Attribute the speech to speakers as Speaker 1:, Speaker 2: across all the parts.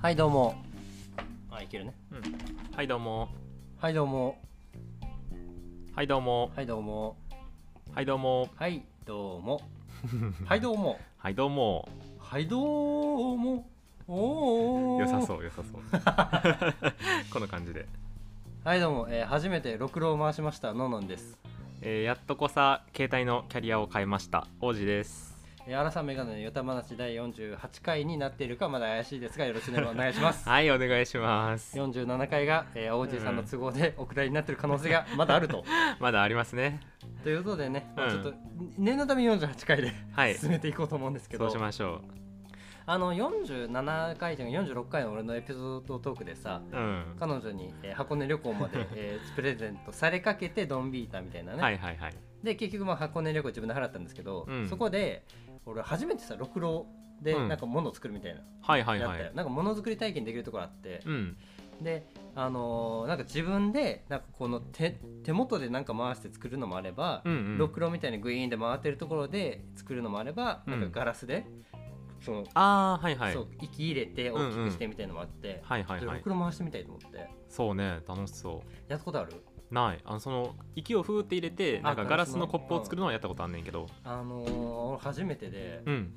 Speaker 1: はいどうもあいけるね
Speaker 2: はいどうも
Speaker 1: はいどうも
Speaker 2: はいどうも
Speaker 1: はいどうも
Speaker 2: はいどうも
Speaker 1: はいどうも はいどうも
Speaker 2: はいどうも
Speaker 1: はいどうもおお
Speaker 2: 良さそうう良さそう この感じで、
Speaker 1: はいどうも、えー、初めてろくろを回しましたのんのんです
Speaker 2: えーやっとこさ携帯のキャリアを変えました王子です
Speaker 1: えー、アラサメガネのヨタ話第48回になっているかまだ怪しいですがよろしくお願いし ます
Speaker 2: はいお願いします
Speaker 1: 47回が、えー、王子さんの都合でお蔵入りになっている可能性がまだある と
Speaker 2: まだありますね
Speaker 1: ということでね、まあち
Speaker 2: う
Speaker 1: ょっ
Speaker 2: ん
Speaker 1: と念のため48回で
Speaker 2: はい
Speaker 1: 進めていこうと思うんですけど、
Speaker 2: そうしましょ
Speaker 1: あの47回じゃない46回の俺のエピソードトークでさ
Speaker 2: ううん
Speaker 1: 彼女に、えー箱根旅行ま で、えープレゼントされかけてドンビータみたいなね、
Speaker 2: はいはいはい
Speaker 1: で結局まあ箱根旅行自分で払ったんですけど、
Speaker 2: うん
Speaker 1: そこで俺初めてさろくろで
Speaker 2: うん
Speaker 1: なんか物を作るみたいな、
Speaker 2: はいはい
Speaker 1: やっ
Speaker 2: は
Speaker 1: たよ
Speaker 2: い
Speaker 1: なんかものづくり体験できるところあって、
Speaker 2: うん
Speaker 1: であのーなんか自分でなんかこの手手元でなんか回して作るのもあれば、
Speaker 2: うんう
Speaker 1: ろ
Speaker 2: ん
Speaker 1: くろみたいにグイーンで回ってるところで作るのもあれば、
Speaker 2: うん
Speaker 1: なんかガラスでその、
Speaker 2: あーはいはい
Speaker 1: そう息入れて大きくしてみたいのもあって、
Speaker 2: はいはい
Speaker 1: で
Speaker 2: は
Speaker 1: ろ
Speaker 2: い
Speaker 1: くろ回してみたいと思って
Speaker 2: そうね楽しそ
Speaker 1: やったことある
Speaker 2: うないあのその息をふーって入れてなんか
Speaker 1: あ
Speaker 2: ガラ
Speaker 1: ガ
Speaker 2: ス
Speaker 1: ラ
Speaker 2: の
Speaker 1: スの
Speaker 2: コップを作るのはやったことあんねんけど
Speaker 1: あのー俺初めてで、
Speaker 2: うん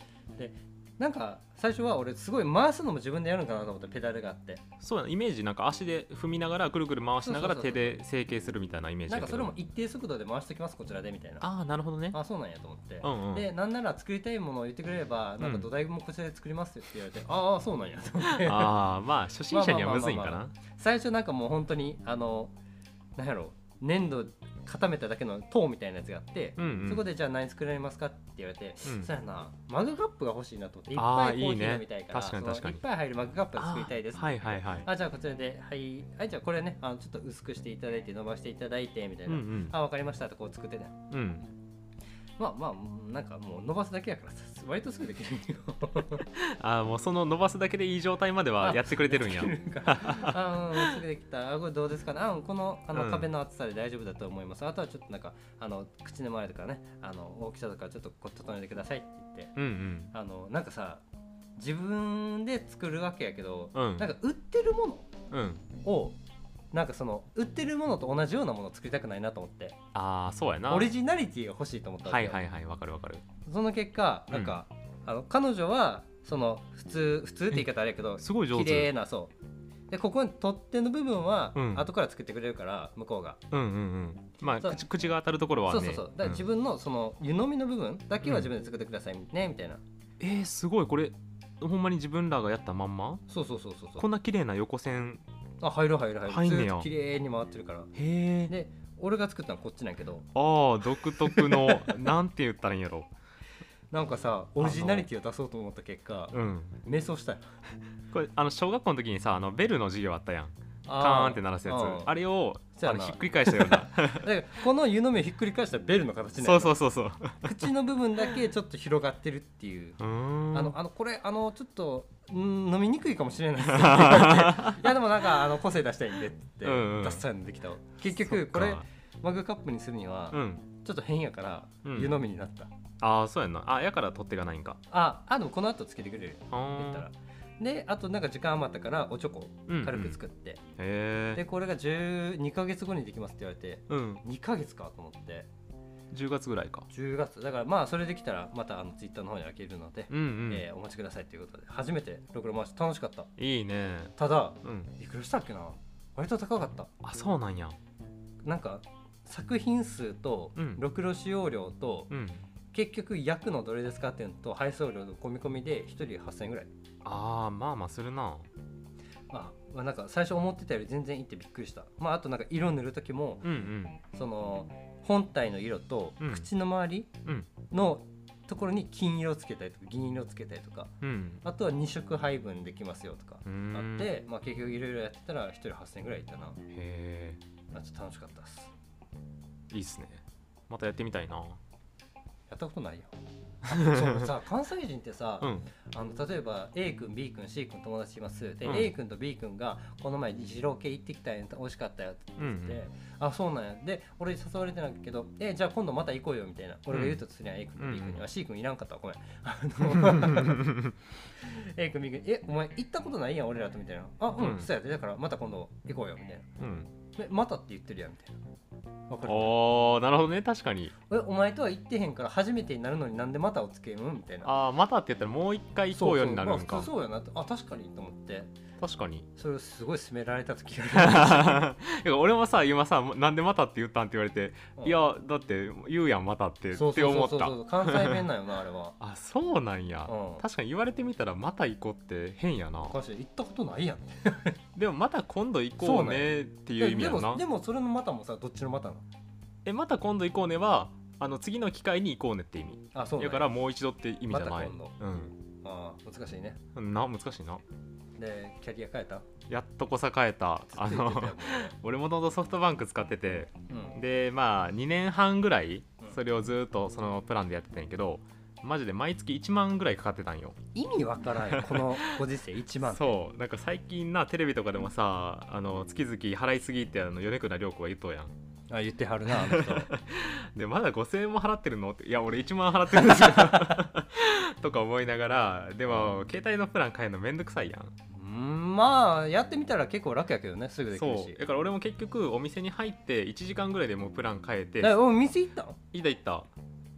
Speaker 1: なんか最初は俺すごい回すのも自分でやるのかなと思ったペダルがあって
Speaker 2: そうやなイメージなんか足で踏みながらくるくる回しながら
Speaker 1: そうそうそ
Speaker 2: 手
Speaker 1: うそう
Speaker 2: で成形するみたいなイメージ
Speaker 1: な
Speaker 2: だ
Speaker 1: ん
Speaker 2: け
Speaker 1: か
Speaker 2: ど
Speaker 1: それも一定速度で回しておきますこちらでみたいな
Speaker 2: ああなるほどね
Speaker 1: あそうなんやと思って、
Speaker 2: うんうん
Speaker 1: でなんなら作りたいものを言ってくれればなんか
Speaker 2: うん
Speaker 1: 土台もこちらで作りますって言われて、ああそうなんやと思 って
Speaker 2: ああまあ初心者にはむずいんか
Speaker 1: まあ
Speaker 2: な
Speaker 1: 最初なんかもう本当にあのなんやろ粘土固めただけの塔みたいなやつがあって、
Speaker 2: うんうん
Speaker 1: そこでじゃあ何作られますかって言われて、
Speaker 2: うん
Speaker 1: そうやなマグカップが欲しいなと思っていっ
Speaker 2: あ
Speaker 1: ぱ
Speaker 2: ー
Speaker 1: いコー
Speaker 2: いい
Speaker 1: ヒ
Speaker 2: ね
Speaker 1: ー飲みたいから
Speaker 2: 確かに
Speaker 1: その
Speaker 2: 確かに
Speaker 1: いっぱい入るマグカップが作りたいです
Speaker 2: あーはいはいはい
Speaker 1: あじゃあこちらではい、はい、じゃあこれねあのちょっと薄くしていただいて伸ばしていただいてみたい
Speaker 2: うん
Speaker 1: な、
Speaker 2: うん
Speaker 1: あわかりましたとこう作ってね
Speaker 2: うん
Speaker 1: まあまあうんなんかもう伸ばすだけやからさ割とすぐできるよ
Speaker 2: ああもうその伸ばすだけでいい状態まではやってくれてるんや
Speaker 1: できるから あうんすぐできたあこれどうですかねあうんこのあの、
Speaker 2: うん
Speaker 1: 壁の厚さで大丈夫だと思いますあとはちょっとなんかあの口の周りとかねあの大きさとかちょっとこう整えてくださいって言って
Speaker 2: うんうん
Speaker 1: あのなんかさ自分で作るわけやけど、
Speaker 2: うん
Speaker 1: なんか売ってるもの
Speaker 2: うん
Speaker 1: をなんかその売ってるものと同じようなものを作りたくないなと思って
Speaker 2: ああそうやな
Speaker 1: オリジナリティが欲しいと思ったわ
Speaker 2: は
Speaker 1: け
Speaker 2: い
Speaker 1: よ
Speaker 2: はいはいわかるわかる
Speaker 1: その結果なんか、あの彼女はその普通普通って言い方あれやけど
Speaker 2: すごい上
Speaker 1: 綺麗
Speaker 2: 手
Speaker 1: なそうでここに取っ手の部分は
Speaker 2: うん
Speaker 1: 後から作ってくれるから、向こうが
Speaker 2: うんうんうんまあ
Speaker 1: そう
Speaker 2: 口口が当たるところは
Speaker 1: そ
Speaker 2: ね
Speaker 1: うそうそうだから自
Speaker 2: ん
Speaker 1: 分のその湯飲みの部分だけは自分で作ってくださいねみたいな、
Speaker 2: えーすごいこれほんまに自分らがやったまんま
Speaker 1: そうそうそうそうそ
Speaker 2: こ
Speaker 1: うん
Speaker 2: な綺麗な横線
Speaker 1: あ入る入る入る
Speaker 2: 入んねや
Speaker 1: ずーっと綺麗に回ってるから
Speaker 2: へえ
Speaker 1: で俺が作ったのはこっちなんやけど
Speaker 2: ああ独特 のなんて言ったらいいんやろ
Speaker 1: なんかさオリジナリティを出そうと思った結果
Speaker 2: うん
Speaker 1: 迷走したよ
Speaker 2: これあの小学校の時にさあのベルの授業あったやんカーンって鳴らすやつ
Speaker 1: うん
Speaker 2: あれを
Speaker 1: そう
Speaker 2: あ
Speaker 1: や
Speaker 2: の
Speaker 1: な
Speaker 2: ひっくり返したよう な
Speaker 1: だからこの湯飲みをひっくり返したらベルの形にな
Speaker 2: そう
Speaker 1: る
Speaker 2: そうそうそう
Speaker 1: 口の部分だけちょっと広がってるっていう
Speaker 2: うーん
Speaker 1: あのあのこれあのちょっとん飲みにくいかもしれないで すけどいやでもなんかあの個性出したいんでって言
Speaker 2: うんう
Speaker 1: っ
Speaker 2: ん
Speaker 1: て出したんできたわ結
Speaker 2: そっ
Speaker 1: 局
Speaker 2: か
Speaker 1: これマグカップにするには
Speaker 2: うん
Speaker 1: ちょっと変やから
Speaker 2: うん
Speaker 1: 湯飲みになった、
Speaker 2: ああそうやんなあやから取ってがないんか
Speaker 1: ああでもこの後つけてくれる
Speaker 2: あ
Speaker 1: 言った
Speaker 2: ー
Speaker 1: らであとなんか時間余ったからおちょこ
Speaker 2: うんうん
Speaker 1: 軽く作って、
Speaker 2: へ
Speaker 1: で
Speaker 2: え
Speaker 1: これが12ヶ月後にできますって言われて
Speaker 2: うん
Speaker 1: 2ヶ月かと思って
Speaker 2: 10月ぐらいか
Speaker 1: 10月だからまあそれできたらまたあのツイッターの方に開けるので、
Speaker 2: うんうん、
Speaker 1: えーお待ちくださいということで初めてろくろ回し楽しかった
Speaker 2: いいね
Speaker 1: ただ
Speaker 2: うん
Speaker 1: いくらしたっけな割と高かった
Speaker 2: あそうなんや
Speaker 1: なんか作品数と
Speaker 2: うん
Speaker 1: ろくろ使用料と、
Speaker 2: うん
Speaker 1: 結局焼くのどれですかっていうのと配送料の込み込みで1人8000円ぐらい
Speaker 2: ああまあまあするな
Speaker 1: あまあなんか最初思ってたより全然いいってびっくりしたまああとなんか色塗る時も
Speaker 2: うんうん
Speaker 1: その本体の色と
Speaker 2: うん
Speaker 1: 口の周り
Speaker 2: うん
Speaker 1: のところに金色つけたりとか銀色つけたりとか
Speaker 2: うん
Speaker 1: あとは2色配分できますよとか
Speaker 2: うー
Speaker 1: あ
Speaker 2: ん
Speaker 1: って、まあ、結局いろいろやってたら1人8000円ぐらいいったな、
Speaker 2: へ
Speaker 1: まあ、ちょっと楽しかったです
Speaker 2: えいいっすねまたやってみたいな
Speaker 1: やったことないよあそう さ関西人ってさ、
Speaker 2: うん
Speaker 1: あの例えば A 君 B 君 C 君友達いますで、
Speaker 2: うん
Speaker 1: A 君と B 君がこの前二郎系行ってきたんや美味しかったよって
Speaker 2: うんう
Speaker 1: 言って、
Speaker 2: ん
Speaker 1: あそうなんやで俺誘われてないけどえじゃあ今度また行こうよみたいな俺が言うとすりゃ A 君と B 君に
Speaker 2: うん
Speaker 1: は、
Speaker 2: うん
Speaker 1: C 君いらんかったわごめんあ
Speaker 2: う
Speaker 1: の
Speaker 2: ん
Speaker 1: A 君 B 君えお前行ったことないやん俺らとみたいなあうん、
Speaker 2: うん
Speaker 1: そうやでだからまた今度行こうよみたいな
Speaker 2: うん
Speaker 1: えまたって言ってるやんみたいなわかる
Speaker 2: おーなるほどね確かに
Speaker 1: えお前とは行ってへんから初めてになるのになんでまたお付き合いもみたいな
Speaker 2: ああまたって言ったらもう一回行こうよになるん
Speaker 1: そう
Speaker 2: か
Speaker 1: そう,、まあ、普通そうやなとあ確かにと思って
Speaker 2: 確かに
Speaker 1: それをすごい勧められた時が
Speaker 2: い
Speaker 1: あ
Speaker 2: や俺もさ今さ「なんでまた?」って言ったんって言われて「
Speaker 1: る
Speaker 2: いやだって言うやんまた」ってっ
Speaker 1: そう
Speaker 2: て
Speaker 1: そう
Speaker 2: 思
Speaker 1: そう
Speaker 2: っ
Speaker 1: そう
Speaker 2: た
Speaker 1: そう関西弁なんよ なあれは
Speaker 2: あそうなんや、
Speaker 1: うん
Speaker 2: 確かに言われてみたら「また行こう」って変やな
Speaker 1: おかしい行ったことないやん
Speaker 2: でもまた今度行こうねっていう意味
Speaker 1: で
Speaker 2: やんな
Speaker 1: もでもそれのまたもさどっちのまたの
Speaker 2: えまた今度行こうねはあの次の機会に行こうねって意味
Speaker 1: あそうなん
Speaker 2: だ
Speaker 1: や
Speaker 2: からもう一度って意味じ
Speaker 1: ま
Speaker 2: ゃな
Speaker 1: た
Speaker 2: い、
Speaker 1: 今度
Speaker 2: う
Speaker 1: あー難しいね
Speaker 2: んな難しいな
Speaker 1: でキャリア変えた
Speaker 2: やっとこさ変えた あ
Speaker 1: ずっと言ってたよ
Speaker 2: の 俺もともとソフトバンク使ってて
Speaker 1: もううん
Speaker 2: でまあ2年半ぐらい
Speaker 1: うん
Speaker 2: それをずっとそのプランでやってたんやけどマジで毎月1万ぐらいかかってたんよ
Speaker 1: 意味わからん よこのご時世一番
Speaker 2: そうなんか最近なテレビとかでもさあの月々払いすぎってあの米倉涼子が言っとうやん
Speaker 1: あ言っては るなあの人
Speaker 2: でまだ5000円も払ってるのっていや俺1万払ってるんですよ とか思いながらでも携帯のプラン変えるのめんどくさいやん
Speaker 1: うんまあやってみたら結構楽やけどねすぐできる
Speaker 2: そう
Speaker 1: し
Speaker 2: だから俺も結局お店に入って1時間ぐらいでもうプラン変えて
Speaker 1: えお店行ったの
Speaker 2: いたいた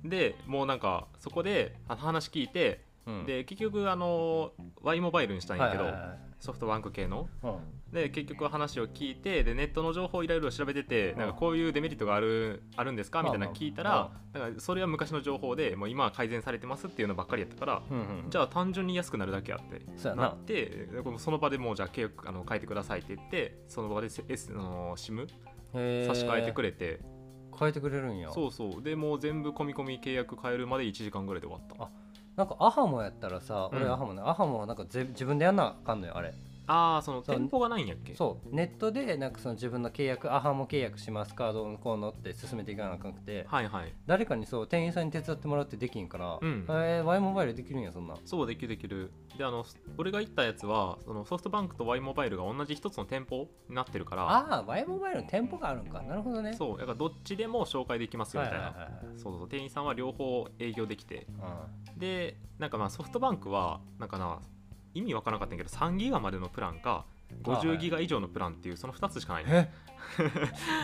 Speaker 2: でもうなんかそこであ話聞いて、
Speaker 1: うん
Speaker 2: で結局あの Y モバイルにしたんやけど、
Speaker 1: はいはいはい
Speaker 2: ソフトバンク系の
Speaker 1: うん
Speaker 2: で結局話を聞いてでネットの情報をいろいろ調べてて、
Speaker 1: うん
Speaker 2: なんかこういうデメリットがあるあるんですかみたいなの聞いたら、
Speaker 1: まあま
Speaker 2: なんかそれは昔の情報でもう今は改善されてますっていうのばっかりやったから、
Speaker 1: うんうん
Speaker 2: じゃあ単純に安くなるだけやって
Speaker 1: そうやな
Speaker 2: なってでこのその場でもうじゃあ契約あの変えてくださいって言ってその場で S あの SIM
Speaker 1: へー
Speaker 2: 差し替えてくれて、
Speaker 1: 変えてくれるんや
Speaker 2: そうそうでもう全部込み込み契約変えるまで1時間ぐらいで終わった
Speaker 1: なんかアハモやったらさ、
Speaker 2: うん
Speaker 1: 俺アハモねアハモはなんかぜ自分でやんなあかんのよあれ
Speaker 2: ああその
Speaker 1: そう
Speaker 2: 店舗がないんやっけ
Speaker 1: そうネットでなんかその自分の契約アハモ契約しますカードのこうのって進めていかなあかんくて
Speaker 2: はいはい
Speaker 1: 誰かにそう店員さんに手伝ってもらうってできんから、
Speaker 2: うん
Speaker 1: えー、Y モバイルできるんやそんな
Speaker 2: そうできるできるであのす俺が行ったやつはそのソフトバンクと Y モバイルが同じ一つの店舗になってるから
Speaker 1: ああ Y モバイルの店舗があるんかなるほどね
Speaker 2: そうだからどっちでも紹介できますよ
Speaker 1: はい
Speaker 2: み
Speaker 1: はい
Speaker 2: たいな、
Speaker 1: はいはい
Speaker 2: そうそう店員さんは両方営業できて
Speaker 1: う
Speaker 2: でなんかまあソフトバンクはなんかな意味わからなかったんやけど3ギガまでのプランか
Speaker 1: あは
Speaker 2: 50
Speaker 1: い
Speaker 2: ギガ以上のプランっていうその2つしかない
Speaker 1: ん
Speaker 2: ね
Speaker 1: え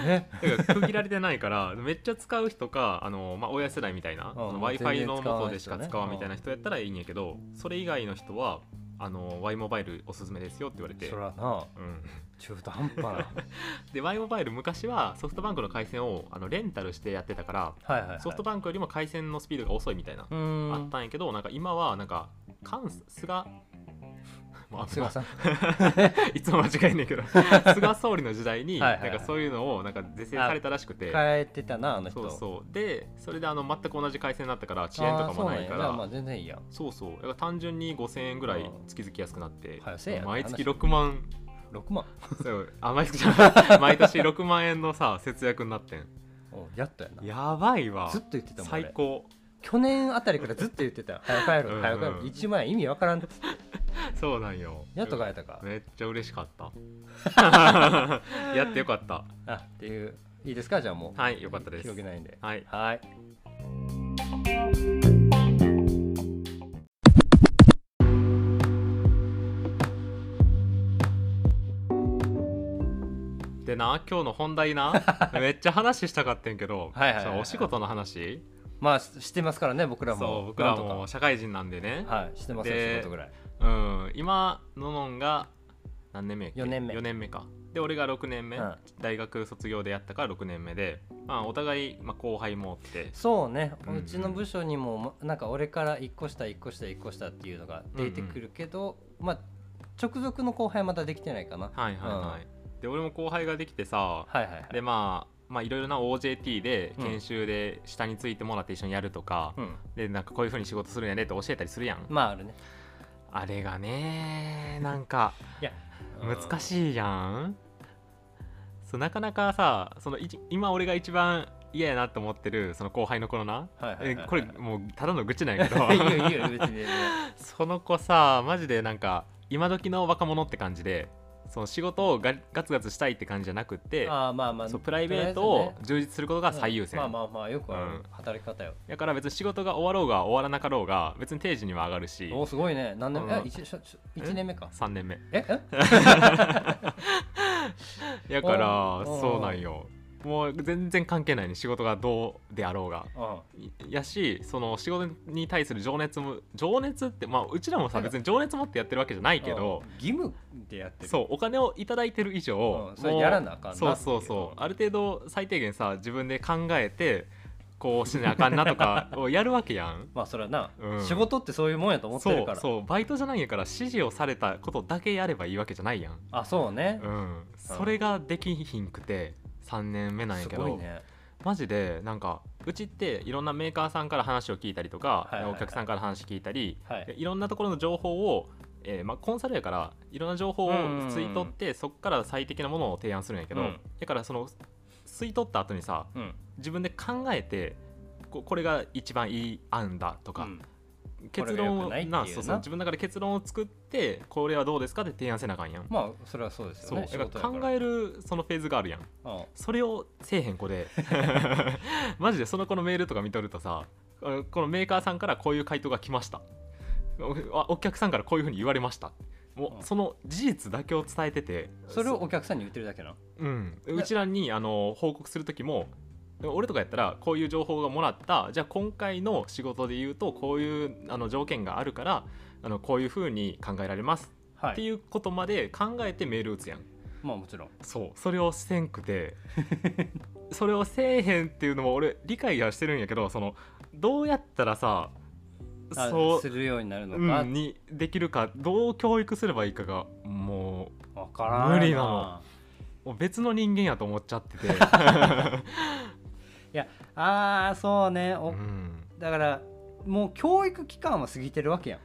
Speaker 1: え
Speaker 2: だから区切られてないからめっちゃ使う人かあの、まあ、親世代みたいな
Speaker 1: うん
Speaker 2: w i f i の元でし
Speaker 1: 全
Speaker 2: か
Speaker 1: 然
Speaker 2: 使
Speaker 1: 使わ
Speaker 2: わん
Speaker 1: ない人ね
Speaker 2: みたいな人やったらいいんやけどそれ以外の人はあの Y モバイルおすすめですよって言われて
Speaker 1: そらな
Speaker 2: うん
Speaker 1: 中途半 端な
Speaker 2: で Y モバイル昔はソフトバンクの回線をあのレンタルしてやってたから
Speaker 1: はいはい、はい、
Speaker 2: ソフトバンクよりも回線のスピードが遅いみたいな
Speaker 1: うーん
Speaker 2: あったんやけどなんか今はなんか関菅 もう危
Speaker 1: 菅
Speaker 2: ない
Speaker 1: さん
Speaker 2: いつも間違えんね んけど菅総理の時代に
Speaker 1: はいは
Speaker 2: な
Speaker 1: いはい
Speaker 2: んかそういうのをなんか是正されたらしくて
Speaker 1: 変えてたなあの人
Speaker 2: そうそうでそれであの全く同じ回線になったから遅延とかもないか
Speaker 1: あーそうなんやじゃあま
Speaker 2: ら
Speaker 1: あ全然いいやん
Speaker 2: そうそうだから単純に5000円ぐらい月々安くなって
Speaker 1: 早せえや
Speaker 2: 毎月6万
Speaker 1: 6万
Speaker 2: そうあ毎月じゃない 毎年6万円のさ節約になってん
Speaker 1: おやっとやな
Speaker 2: やばいわ
Speaker 1: ずっと言ってたもん
Speaker 2: 最
Speaker 1: 俺
Speaker 2: 高
Speaker 1: 去年あたりからずっと言ってたよ早帰ろ
Speaker 2: うん
Speaker 1: う
Speaker 2: うん
Speaker 1: 早帰ろう1万円意味わからんって
Speaker 2: そうなんよ
Speaker 1: やっと変えたか
Speaker 2: めっちゃ嬉しかった やってよかった
Speaker 1: あっていういいですかじゃあもう
Speaker 2: はいよかったです
Speaker 1: 広げないんで
Speaker 2: はい
Speaker 1: はい
Speaker 2: でな今日の本 題なめっちゃ話したかってんけど
Speaker 1: はいはいはいはい
Speaker 2: そうお仕事の話
Speaker 1: まあししてますからね僕らも
Speaker 2: そう僕ら
Speaker 1: なん
Speaker 2: も
Speaker 1: と
Speaker 2: 社会人なんでね、
Speaker 1: かはいしてますよ
Speaker 2: で
Speaker 1: 仕事ぐらい
Speaker 2: うん今ののんが何年目やっけ
Speaker 1: 四年目
Speaker 2: 四年目かで俺が6年目、
Speaker 1: うん
Speaker 2: 大学卒業でやったから6年目で、まあ、お互い、まあ、後輩もおって
Speaker 1: そうね、
Speaker 2: う
Speaker 1: うんちの部署にもなんか俺から1個下1個下1個下っていうのが出てくるけど、まあ直属の後輩まだできてないかな
Speaker 2: はいはいはい、で俺も後輩ができてさ
Speaker 1: はいはいはい
Speaker 2: でまあまあいろいろな OJT で
Speaker 1: うん
Speaker 2: 研修で下についてもらって一緒にやるとか、
Speaker 1: うん
Speaker 2: でなんかこういうふうに仕事するんやねって教えたりするやん、
Speaker 1: まああるね
Speaker 2: あれがねなんか
Speaker 1: いや
Speaker 2: 難しいやんそうなかなかさそのいち今俺が一番嫌やなと思ってるその後輩の子のな、
Speaker 1: はいはいはいはい
Speaker 2: えこれもうただの愚痴なんやけど
Speaker 1: いいよいいよ別に、ね、
Speaker 2: その子さマジでなんか今時の若者って感じでその仕事をガガツガツしたいって感じじゃなくって
Speaker 1: あーまあまあ
Speaker 2: そうプライベートを充実することが
Speaker 1: とりあえずね
Speaker 2: 最優先、
Speaker 1: まあまあまあよくある
Speaker 2: うん
Speaker 1: 働き方よ、
Speaker 2: だから別に仕事が終わろうが終わらなかろうが別に定時には上がるし
Speaker 1: おすごいね何年目、
Speaker 2: うん
Speaker 1: あ一しょしょ一年目か
Speaker 2: 3年目
Speaker 1: ええ
Speaker 2: やから
Speaker 1: おー
Speaker 2: そうなんよもう全然関係ないね仕事がどうであろうが
Speaker 1: うん
Speaker 2: いやしその仕事に対する情熱も情熱ってまあうちらもさ別に情熱持ってやってるわけじゃないけど
Speaker 1: うん義務でやってる
Speaker 2: そうお金をいただいてる以上
Speaker 1: うんそれ
Speaker 2: もう
Speaker 1: やらなあかんなってい
Speaker 2: そううそうそうある程度最低限さ自分で考えてこうしなあかんなと かをやるわけやん
Speaker 1: まあそれはな、
Speaker 2: うん
Speaker 1: 仕事ってそういうもんやと思って
Speaker 2: そ
Speaker 1: る
Speaker 2: う
Speaker 1: から
Speaker 2: そうバイトじゃないんやから指示をされたことだけやればいいわけじゃないやん
Speaker 1: あそうね、
Speaker 2: うんそれができひんくて3年目なんや
Speaker 1: す
Speaker 2: け
Speaker 1: ごい
Speaker 2: ど、
Speaker 1: ね
Speaker 2: マジでなんかうちっていろんなメーカーさんから話を聞いたりとか、
Speaker 1: はいはいはい
Speaker 2: お客さんから話聞いたり、
Speaker 1: はい
Speaker 2: でいろんなところの情報を、えーまあ、コンサルやからいろんな情報を吸い取って、そこから最適なものを提案するんやけど、
Speaker 1: うん
Speaker 2: だからその吸い取った後にさ
Speaker 1: うん
Speaker 2: 自分で考えてここれが一番いい案だとか、
Speaker 1: うん
Speaker 2: 結
Speaker 1: これが良
Speaker 2: 論
Speaker 1: く
Speaker 2: を
Speaker 1: ないっていう
Speaker 2: な
Speaker 1: な
Speaker 2: そうそう自分の中で結論を作ってこれはどうですかって提案せなあかんやん。
Speaker 1: まあそれはそうです
Speaker 2: そ
Speaker 1: よ
Speaker 2: う
Speaker 1: ね
Speaker 2: だから
Speaker 1: 仕
Speaker 2: 考
Speaker 1: 事や
Speaker 2: えるそのフェーズがあるやん
Speaker 1: からうん
Speaker 2: それをせえへん 子でマジでその子のメールとか見とるとさあのこのメーカーさんからこういう回答が来ましたおあお客さんからこういうふうに言われましたも
Speaker 1: うん
Speaker 2: うその事実だけを伝えてて
Speaker 1: それをお客さんに言ってるだけな
Speaker 2: うん、うちらにあの報告する時も俺とかやったらこういう情報がもらったじゃあ今回の仕事で言うとこういうあの条件があるからあのこういうふうに考えられます
Speaker 1: は
Speaker 2: って
Speaker 1: い
Speaker 2: いうことまで考えてメール打つやん
Speaker 1: まあもちろん
Speaker 2: そうそれをせん くてそれをせえへんっていうのも俺理解はしてるんやけどそのどうやったらさ
Speaker 1: あ
Speaker 2: そう
Speaker 1: するようになるの
Speaker 2: う
Speaker 1: か、
Speaker 2: ん、にできるかどう教育すればいいかがも
Speaker 1: わからん
Speaker 2: 無理なのうもう別の人間やと思っち ゃってて、
Speaker 1: ああそうね
Speaker 2: う
Speaker 1: お
Speaker 2: ん、
Speaker 1: だからもう教育期間は過ぎてるわけやん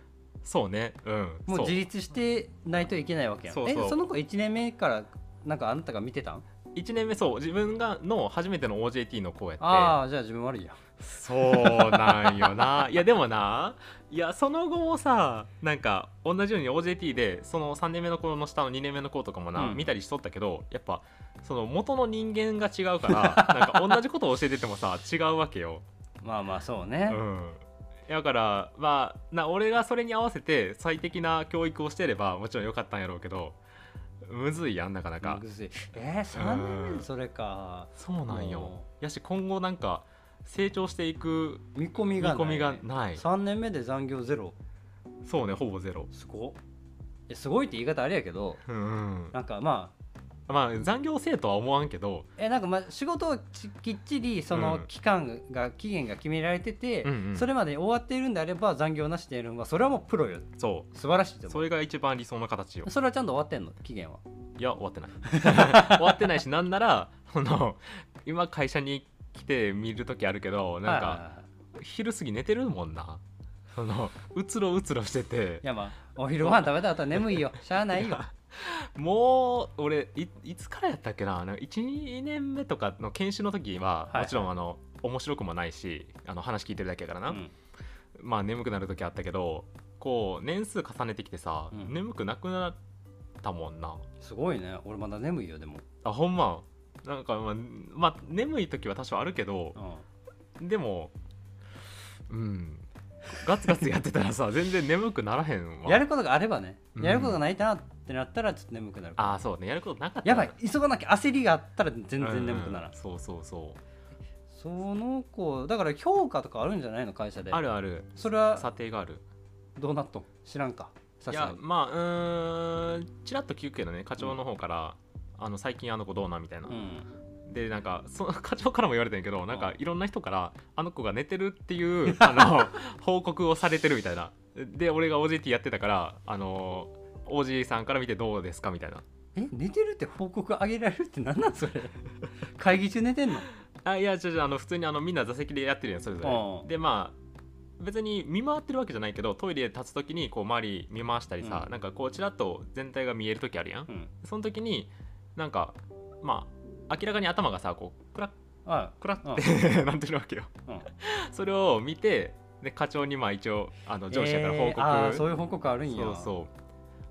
Speaker 2: そうねうん
Speaker 1: もう
Speaker 2: そう
Speaker 1: 自立してないといけないわけやん
Speaker 2: そうそう
Speaker 1: えその子1年目からなんかあなたが見てたん
Speaker 2: 1年目そう自分がの初めての OJT の子やって
Speaker 1: ああじゃあ自分悪いやん
Speaker 2: そうなんよないやでもないやその後もさなんか同じように OJT でその3年目の子の下の2年目の子とかもな、
Speaker 1: うん
Speaker 2: 見たりしとったけどやっぱその元の人間が違うからなんか同じことを教えてて もさ違うわけよ。
Speaker 1: まあまあそう
Speaker 2: う
Speaker 1: ね、
Speaker 2: んだからまあな俺がそれに合わせて最適な教育をしてればもちろん良かったんやろうけどむずいやんなかなか
Speaker 1: ぐずいえー、3年目
Speaker 2: うん
Speaker 1: でそれか
Speaker 2: そうなんよ
Speaker 1: も
Speaker 2: やし今後なんか成長していく
Speaker 1: 見込み
Speaker 2: 見
Speaker 1: がない
Speaker 2: 込みがない
Speaker 1: 3年目で残業ゼロ
Speaker 2: そうねほぼゼロ
Speaker 1: すごっえすごいって言い方あれやけど
Speaker 2: うんうん
Speaker 1: なんかまあ
Speaker 2: まあ残業生とは思わんけど、
Speaker 1: えなんかまあ仕事をちきっちりそうの
Speaker 2: ん
Speaker 1: 期間が、期限が決められてて、
Speaker 2: うんうん
Speaker 1: それまでに終わっているんであれば残業なしでやるのはそれはもうプロよ
Speaker 2: そ
Speaker 1: 素晴らしいと
Speaker 2: う
Speaker 1: 思
Speaker 2: そうれが一番理想の形よ
Speaker 1: それはちゃんと終わってんの期限はい
Speaker 2: や終わってない 終わってないしなんならその今会社に来て見る時あるけどな
Speaker 1: はい
Speaker 2: ん
Speaker 1: はい
Speaker 2: か
Speaker 1: はい
Speaker 2: 昼過ぎ寝てるもんなそのうつろうつろしてて
Speaker 1: いやまあお昼ご飯食べた後は眠 いよしゃあないよ
Speaker 2: もう俺いいつからやったっけななんか12年目とかの研修の時は、
Speaker 1: いはい
Speaker 2: もちろんあの面白くもないしあの話聞いてるだけやからな、
Speaker 1: うん
Speaker 2: まあ眠くなる時あったけどこう年数重ねてきてさ、
Speaker 1: うん
Speaker 2: 眠くなくなったもんな
Speaker 1: すごいね俺まだ眠いよでも、
Speaker 2: あほんまなんかまあ、まあ、眠い時は多少あるけど
Speaker 1: うん、
Speaker 2: でもうんガツガツやってたら さ全然眠くならへんわ
Speaker 1: やることがあればね
Speaker 2: うん
Speaker 1: やることがないなってなったらちょっと眠くなる
Speaker 2: ああそうねやることなかった
Speaker 1: やばい
Speaker 2: ら
Speaker 1: 急がなきゃ焦りがあったら全然眠くならん
Speaker 2: うんそうそうそう
Speaker 1: その子だから評価とかあるんじゃないの会社で
Speaker 2: あるある
Speaker 1: それは
Speaker 2: 査定がある
Speaker 1: どうなっとん知らんかさ
Speaker 2: い
Speaker 1: す
Speaker 2: や
Speaker 1: がに
Speaker 2: まあうーんちらっと聞くけどね課長の方から、あの最近あの子どうなんみたいな、
Speaker 1: うん
Speaker 2: でなんかそ 課長からも言われてんけどなんかいろんな人からあの子が寝てるっていう あの報告をされてるみたいなで俺が OJT やってたからあの OG さんから見てどうですかみたいな
Speaker 1: え寝てるって報告あげられるって何なんそれ 会議中寝てんの
Speaker 2: あいや違う違うあの普通にあのみんな座席でやってるやんそれぞ
Speaker 1: う
Speaker 2: れ
Speaker 1: ん
Speaker 2: でまあ別に見回ってるわけじゃないけどトイレ立つ時にこう周り見回したりさ、
Speaker 1: うん
Speaker 2: なんかこうちらっと全体が見える時あるやん
Speaker 1: うん
Speaker 2: その時になんかまあ明らかに頭がさこうクラッ
Speaker 3: は
Speaker 2: クラって、 なんていうわけよ
Speaker 3: い、うん、
Speaker 2: それを見てで課長にまあ一応あの上司やから報告、
Speaker 1: えーあーそういう報告あるんや
Speaker 2: そうそう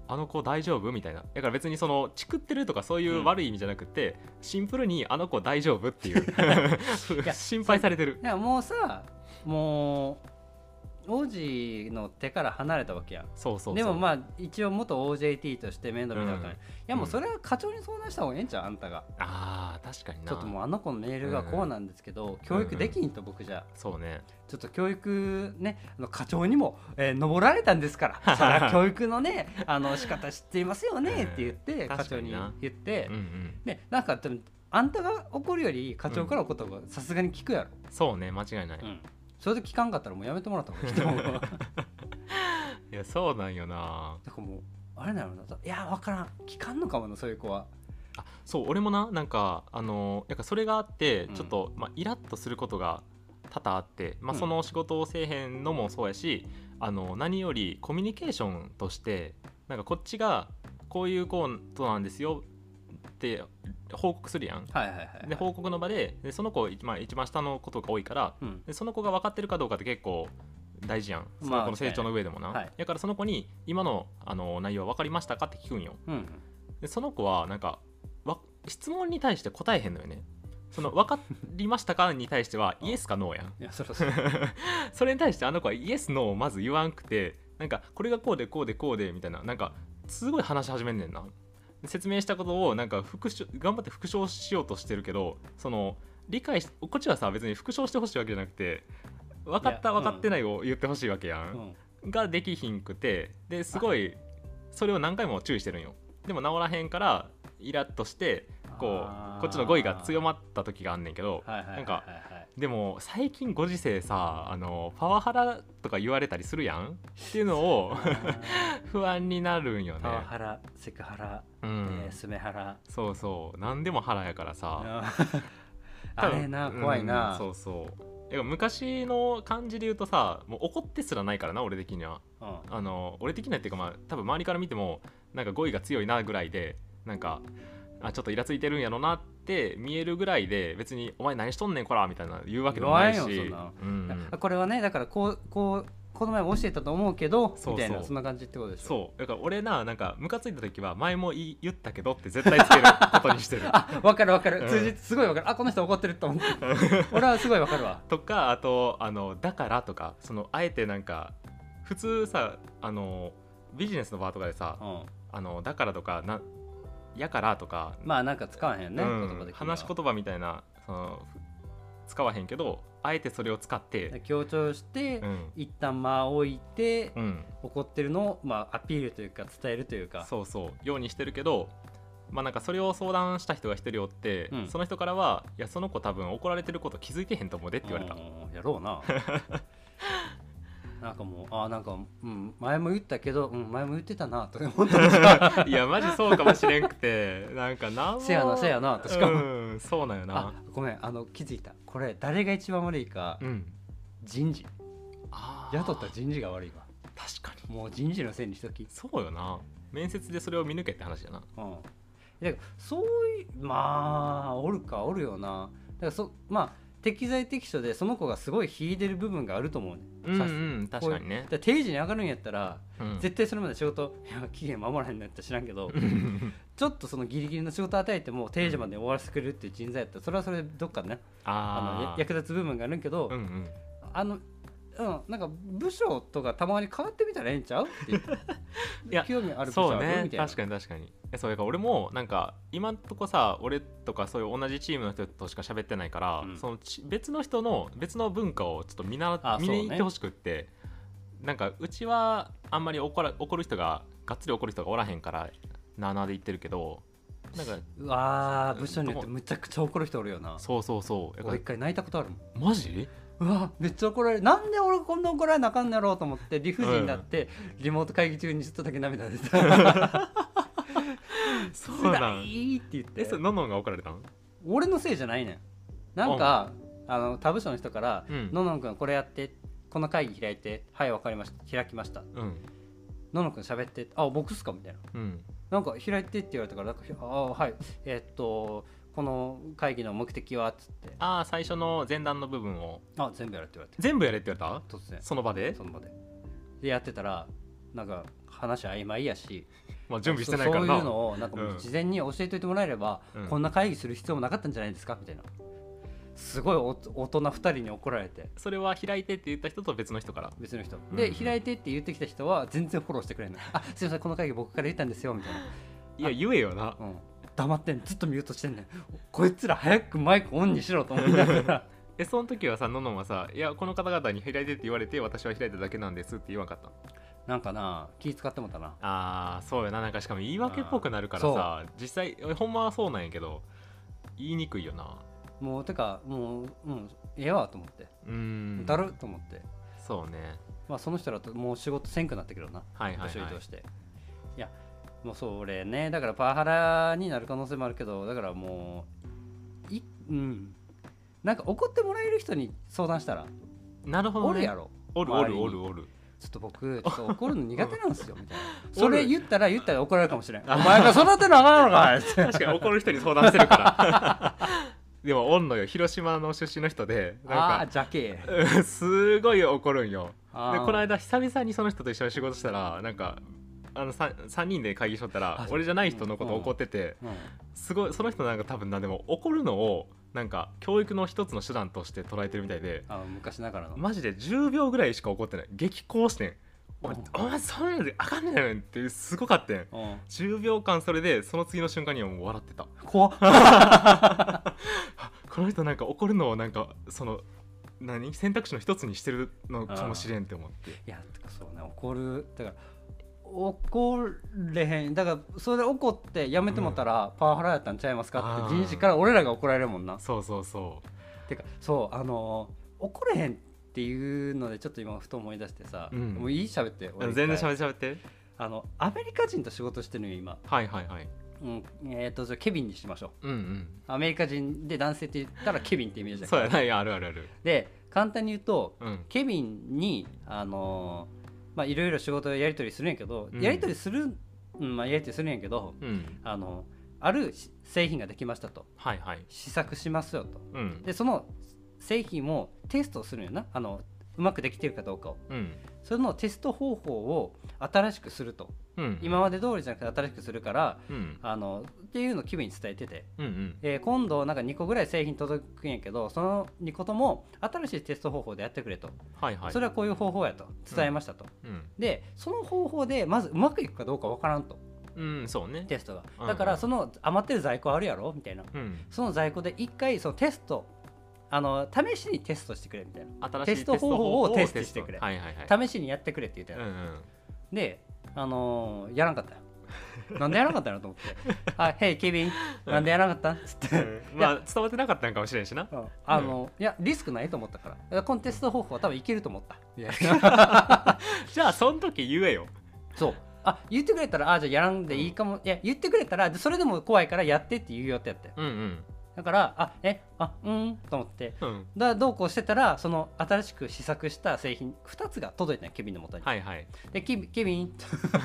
Speaker 2: あの子大丈夫みたいなだから別にそのチクってるとかそういう悪い意味じゃなくて、シンプルにあの子大丈夫っていう
Speaker 1: や
Speaker 2: 心配されてる
Speaker 1: だからもうさもう王子の手から離れたわけやん
Speaker 2: そうそうそう
Speaker 1: でもまあ一応元 OJT として面倒見たわけない、
Speaker 2: う
Speaker 1: い
Speaker 2: ん
Speaker 1: やもうそれは課長に相談した方がええんちゃうあんたが
Speaker 2: あー確かにな
Speaker 1: ちょっともうあの子のメールがこうなんですけど、教育できんと僕じゃ
Speaker 2: そうね
Speaker 1: ちょっと教育ねあの課長にも、えー登られたんですから そりゃ教育のねあの仕方知っていますよねって言って、
Speaker 2: うん
Speaker 1: 課長に
Speaker 2: 確かにな
Speaker 1: 言って
Speaker 2: うんうん
Speaker 1: でなんかでもあんたが怒るより課長から怒った方がさすがに聞くやろ、
Speaker 2: そうね間違いない、
Speaker 1: う
Speaker 2: い
Speaker 1: んそれで聞かんかったらもうやめてもらった方がいいと 思うだか
Speaker 2: やそうなんよな
Speaker 1: らもうあれなのなといや分からん聞かんのかもなそういう子は
Speaker 2: あそう俺もななんかあのなんかそれがあって
Speaker 1: うん
Speaker 2: ちょっと、まあ、イラッとすることが多々あって、まあ、
Speaker 1: うん
Speaker 2: その仕事をせえへんのもそうやし、あの何よりコミュニケーションとしてなんかこっちがこういうことなんですよって報告するやん。
Speaker 1: はいはいはいはい
Speaker 2: で報告の場ででその子、まあ、一番下のことが多いから
Speaker 1: うん
Speaker 2: でその子が分かってるかどうかって結構大事やんそ
Speaker 1: まあ
Speaker 2: の子の成長の上でもな、
Speaker 1: はいはい
Speaker 2: だからその子に今のあの内容は分かりましたかって聞くんよ
Speaker 1: うん
Speaker 2: でその子はなんかわ質問に対して答えへんのよねその分かりましたかに対して はイエスかノーやん
Speaker 1: いやそろそろ
Speaker 2: それに対してあの子はイエスノーをまず言わんくてなんかこれがこうでこうでこうでみたいななんかすごい話し始めんねんな説明したことをなんか復唱頑張って復唱しようとしてるけどその理解しこっちはさ別に復唱してほしいわけじゃなくて分かった
Speaker 1: いや
Speaker 2: 分かってないを言ってほしいわけや、
Speaker 1: うんん
Speaker 2: ができひんくてですごいそれを何回も注意してるんよでも治らへんからイラッとして こ
Speaker 1: あー
Speaker 2: うこっちの語彙が強まった時があんねんけど
Speaker 1: はいはいはいはい
Speaker 2: なんかでも最近ご時世さあのパワハラとか言われたりするやんっていうの を不安になるんよね
Speaker 1: パ、ワハラセクハラ、
Speaker 2: う
Speaker 1: え
Speaker 2: ん
Speaker 1: ースメハラ
Speaker 2: そうそう何でも腹やからさ
Speaker 1: あ ーあれな怖いな、
Speaker 2: うんそうそういや昔の感じで言うとさもう怒ってすらないからな俺的には
Speaker 1: うん
Speaker 2: あの俺的にはっていうかまあ多分周りから見てもなんか語彙が強いなぐらいでなんかあちょっとイラついてるんやろなって見えるぐらいで別に「お前何しとんねんこら」みたいな言うわけでもないし
Speaker 1: 言わんよそんな
Speaker 2: うんうん
Speaker 1: これはねだからこうこうこの前も教えたと思うけど
Speaker 2: そうそう
Speaker 1: みたいなそんな感じってことでしょう
Speaker 2: そうだから俺ななんかムカついた時は前も言い言ったけどって絶対つけることにしてる
Speaker 1: あ分かる分か
Speaker 2: う
Speaker 1: る
Speaker 2: ん
Speaker 1: 通じすごい分かるあこの人怒ってると 思って俺はすごい分かるわ
Speaker 2: とかあとあの「だから」とかそのあえてなんか普通さあのビジネスの場とかでさ
Speaker 1: うん
Speaker 2: 「あのだから」とかな「やから」とか
Speaker 1: まあなんか使わへんよね、
Speaker 2: うん
Speaker 1: 言葉的には
Speaker 2: 話し言葉みたいなそのふ使わへんけどあえてそれを使って、
Speaker 1: 強調して、
Speaker 2: うん
Speaker 1: 一旦間を置いて、
Speaker 2: うん、
Speaker 1: 怒ってるのを、まあ、アピールというか伝えるというか
Speaker 2: そうそうようにしてるけどまあなんかそれを相談した人が一人おって、
Speaker 1: うん
Speaker 2: その人からは「いやその子多分怒られてること気づいてへんと思うで」って言われた、
Speaker 1: うんやろう ななんかもうあなんか、うん、前も言ったけど、うん、前も言ってたなと 思った
Speaker 2: いやマジそうかもしれんくてなんかなんも
Speaker 1: せやなせやなとしかも、
Speaker 2: うんそうなんよ
Speaker 1: あ
Speaker 2: な
Speaker 1: ごめんあの気づいたこれ誰が一番悪いか、
Speaker 2: うん
Speaker 1: 人事
Speaker 2: あー
Speaker 1: 雇った人事が悪いわ
Speaker 2: 確かに
Speaker 1: もう人事のせいにしとき
Speaker 2: そうよな面接でそれを見抜けって話やな
Speaker 1: うんだからそういうまあおるかおるよなだからそまあ適材適所でその子がすごい秀でる部分があると思うね、
Speaker 2: うん、う
Speaker 1: さす
Speaker 2: ん、確か
Speaker 1: だ
Speaker 2: にね
Speaker 1: か、ら定時に上がるんやったら
Speaker 2: うん、
Speaker 1: 絶対それまで仕事いや期限守らへんのやったら知らんけどちょっとそのギリギリの仕事与えても定時まで終わらせてくれるっていう人材やったらそれはそれでどっかねあの
Speaker 2: あ
Speaker 1: や
Speaker 2: ー
Speaker 1: 役立つ部分があるんけど、
Speaker 2: うんうん
Speaker 1: あのうんなんか部署とかたまに変わってみたらええんちゃうっていう
Speaker 2: いや
Speaker 1: 興味ある部署
Speaker 2: そう
Speaker 1: ある、
Speaker 2: ね
Speaker 1: みたいな
Speaker 2: 確かに確かにえそうだから俺もなんか今んとこさ俺とかそういう同じチームの人としか喋ってないから、
Speaker 1: うん
Speaker 2: そのち別の人の別の文化をちょっと見習っ
Speaker 1: あ
Speaker 2: 見
Speaker 1: そうね
Speaker 2: に行ってほしくってなんかうちはあんまり怒ら怒る人ががっつり怒る人がおらへんからなあなあで言ってるけどなんか
Speaker 1: うわー部署によってむちゃくちゃ怒る人おるよな
Speaker 2: そうそうそうだか
Speaker 1: 俺
Speaker 2: ら
Speaker 1: 一回泣いたことあるもん
Speaker 2: マジ
Speaker 1: うわめっちゃ怒られるなんで俺こんな怒られなあかんのやろうと思って理不尽になって、リモート会議中にちょっとだけ涙 出た
Speaker 2: そうな
Speaker 1: 辛
Speaker 2: ん
Speaker 1: いって言って
Speaker 2: えそれのんのんが怒られたん
Speaker 1: 俺のせいじゃないねんなんかあの他部署の人から「
Speaker 2: うん
Speaker 1: ののんくんこれやってこの会議開いてはいわかりました開きました
Speaker 2: うん
Speaker 1: ののんくん喋ってあ僕っすか?」みたいな
Speaker 2: うん
Speaker 1: なんか開いてって言われたからなんかひあーはいえーっとこの会議の目的はっつって
Speaker 2: ああ最初の前段の部分を
Speaker 1: あ全部やるって言われ
Speaker 2: 全部やれって言われ
Speaker 1: て突然
Speaker 2: たその場で
Speaker 1: その場ででやってたらなんか話曖昧やし
Speaker 2: まあ準備してないから
Speaker 1: そうそう
Speaker 2: な
Speaker 1: いうのをなんかもう事前に教えておいてもらえれば、
Speaker 2: うん
Speaker 1: こんな会議する必要もなかったんじゃないですかみたいなすごいお大人2人に怒られて
Speaker 2: それは開いてって言った人と別の人から
Speaker 1: 別の人
Speaker 2: うん
Speaker 1: で、開いてって言ってきた人は全然フォローしてくれないあすいませんこの会議僕から言ったんですよみたいな、
Speaker 2: いや言えよな
Speaker 1: うん、黙ってんずっとミュートしてんねんこいつら早くマイクオンにしろと思いながら
Speaker 2: えその時はさののんはさ「いやこの方々に開いてって言われて私は開いただけなんです」って言わんかった
Speaker 1: なんかな気使ってもたな
Speaker 2: あーそうよななんかしかも言い訳っぽくなるからさ実際ほんまはそうなんやけど言いにくいよな
Speaker 1: もうてかもううんええわと思って
Speaker 2: うーん
Speaker 1: だるっと思って
Speaker 2: そうね
Speaker 1: まあその人らともう仕事せんくなってくるな
Speaker 2: はいはい
Speaker 1: 場所移
Speaker 2: はい
Speaker 1: 動して、いやもうそれねだからパワハラになる可能性もあるけどだからもういうんなんか怒ってもらえる人に相談したら、
Speaker 2: なるほど、ね、
Speaker 1: おるやろ
Speaker 2: おるおるおるおる
Speaker 1: ちょっと僕ちょっと怒るの苦手なんですよみた いなそれ言ったら言ったら怒られるかもし れんお
Speaker 2: あ
Speaker 1: 前が育 てなあかんのかいって
Speaker 2: 確かに怒る人に相談してるから でもおんのよ広島の出身の人で
Speaker 1: ああ
Speaker 2: なんか
Speaker 1: じゃけ
Speaker 2: うんすごい怒るんよ
Speaker 1: あ
Speaker 2: で
Speaker 1: ー
Speaker 2: この間久々にその人と一緒に仕事したらなんかあの 3, 人で会議しとったら
Speaker 1: あ
Speaker 2: 俺じゃない人のこと怒ってて
Speaker 1: うん
Speaker 2: すごいその人なんか多分なでも怒るのをなんか教育の一つの手段として捉えてるみたいで
Speaker 1: あ昔ながらの、
Speaker 2: マジで10秒ぐらいしか怒ってない激高してんお前
Speaker 1: うん
Speaker 2: お前そんなのであかんねんってすごかったん
Speaker 1: うん、
Speaker 2: 10秒間それでその次の瞬間にはもう笑ってた
Speaker 1: 怖っ
Speaker 2: あこの人なんか怒るのをなんかその何選択肢の一つにしてるのかもしれんって思って
Speaker 1: いやてかそうね怒るだから怒れへんだからそれで怒ってやめてもたら、パワハラやったんちゃいますかって
Speaker 2: あー
Speaker 1: 人事から俺らが怒られるもんな
Speaker 2: そうそうそう
Speaker 1: てかそうあのー怒れへんっていうのでちょっと今ふと思い出してさ、
Speaker 2: うん
Speaker 1: もういい喋って
Speaker 2: あ
Speaker 1: 俺
Speaker 2: の
Speaker 1: 一
Speaker 2: 全
Speaker 1: 回
Speaker 2: 然しゃべってしゃべって
Speaker 1: あのアメリカ人と仕事してるのよ今、
Speaker 2: はいはいはい
Speaker 1: うん、えっ、とじゃあケビンにしましょう
Speaker 2: うん
Speaker 1: アメリカ人で男性って言ったらケビンってイメー
Speaker 2: う
Speaker 1: ジ
Speaker 2: ん
Speaker 1: だ
Speaker 2: そ
Speaker 1: か
Speaker 2: う
Speaker 1: ら
Speaker 2: やないやあるあるある
Speaker 1: で簡単に言うと
Speaker 2: うん
Speaker 1: ケビンにあのーまあいろいろ仕事をやり取りするんやけど、
Speaker 2: うん
Speaker 1: やり取りする、うんまあ、やり取りするんやけど、
Speaker 2: うん
Speaker 1: あのあるし製品ができましたと
Speaker 2: はいはい
Speaker 1: 試作しますよと
Speaker 2: うん
Speaker 1: でその製品をテストするんよなあのうまくできてるかどうかを
Speaker 2: うん
Speaker 1: そのテスト方法を新しくすると
Speaker 2: うん
Speaker 1: 今まで通りじゃなくて新しくするから
Speaker 2: うん
Speaker 1: あのっていうのを気分に伝えてて
Speaker 2: うんうん
Speaker 1: で今度なんか2個ぐらい製品届くんやけどその2個とも新しいテスト方法でやってくれと、
Speaker 2: はいはい
Speaker 1: それはこういう方法やと伝えましたと、
Speaker 2: うん
Speaker 1: でその方法でまずうまくいくかどうかわからんと
Speaker 2: うんそうね
Speaker 1: テストが
Speaker 2: うん
Speaker 1: だからその余ってる在庫あるやろみたいな
Speaker 2: うん
Speaker 1: その在庫で一回そのテストあの試しにテストしてくれみたい
Speaker 2: 新しい
Speaker 1: テスト方法をテストしてくれ
Speaker 2: はいはいはい
Speaker 1: な試しにやってくれって言ったよ
Speaker 2: うんうん
Speaker 1: で、あのーやらんかったよなんでやらんかったのと思 って「あヘイケビンなんでやらんかった?」つって
Speaker 2: うんまあ伝わってなかったんかもしれんしな
Speaker 1: うんあのいやリスクないと思ったからだからこのテスト方法は多分いけると思ったいや
Speaker 2: じゃあその時言えよ
Speaker 1: そうあ言ってくれたらあじゃあやらんでいいかも、いや言ってくれたらそれでも怖いからやってって言うよってやって
Speaker 2: うんうん
Speaker 1: だからあえあうんと思って
Speaker 2: うん
Speaker 1: だどうこうしてたらその新しく試作した製品2つが届いたのケビンのもとに、
Speaker 2: はいはい
Speaker 1: でケビンケビン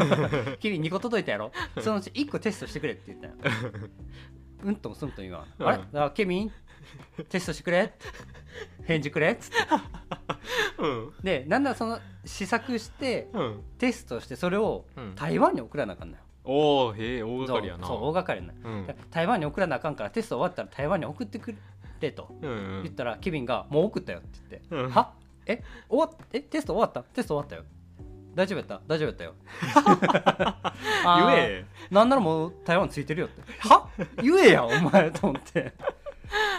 Speaker 1: ケビン2個届いたやろ そのうち1個テストしてくれって言ったようんともすんとも言わん、
Speaker 2: うん
Speaker 1: あれあケビンテストしてくれ返事くれっつって
Speaker 2: うん
Speaker 1: でなんならその試作して
Speaker 2: うん
Speaker 1: テストしてそれを
Speaker 2: うん
Speaker 1: 台湾に送らなあかんのよ、
Speaker 2: おおへえ大掛かりやな
Speaker 1: そうそう大掛かりなの、
Speaker 2: うん
Speaker 1: だから台湾に送らなあかんからテスト終わったら台湾に送ってくれと
Speaker 2: うんう
Speaker 1: 言っ
Speaker 2: ん
Speaker 1: たらケビンが「もう送ったよ」って言って
Speaker 2: うん
Speaker 1: はえ終わっえテスト終わったテスト終わったよ大丈夫やった大丈夫やった よ
Speaker 2: 言
Speaker 1: あー
Speaker 2: え
Speaker 1: なんならもう台湾ついてるよ っては言えやお前と思って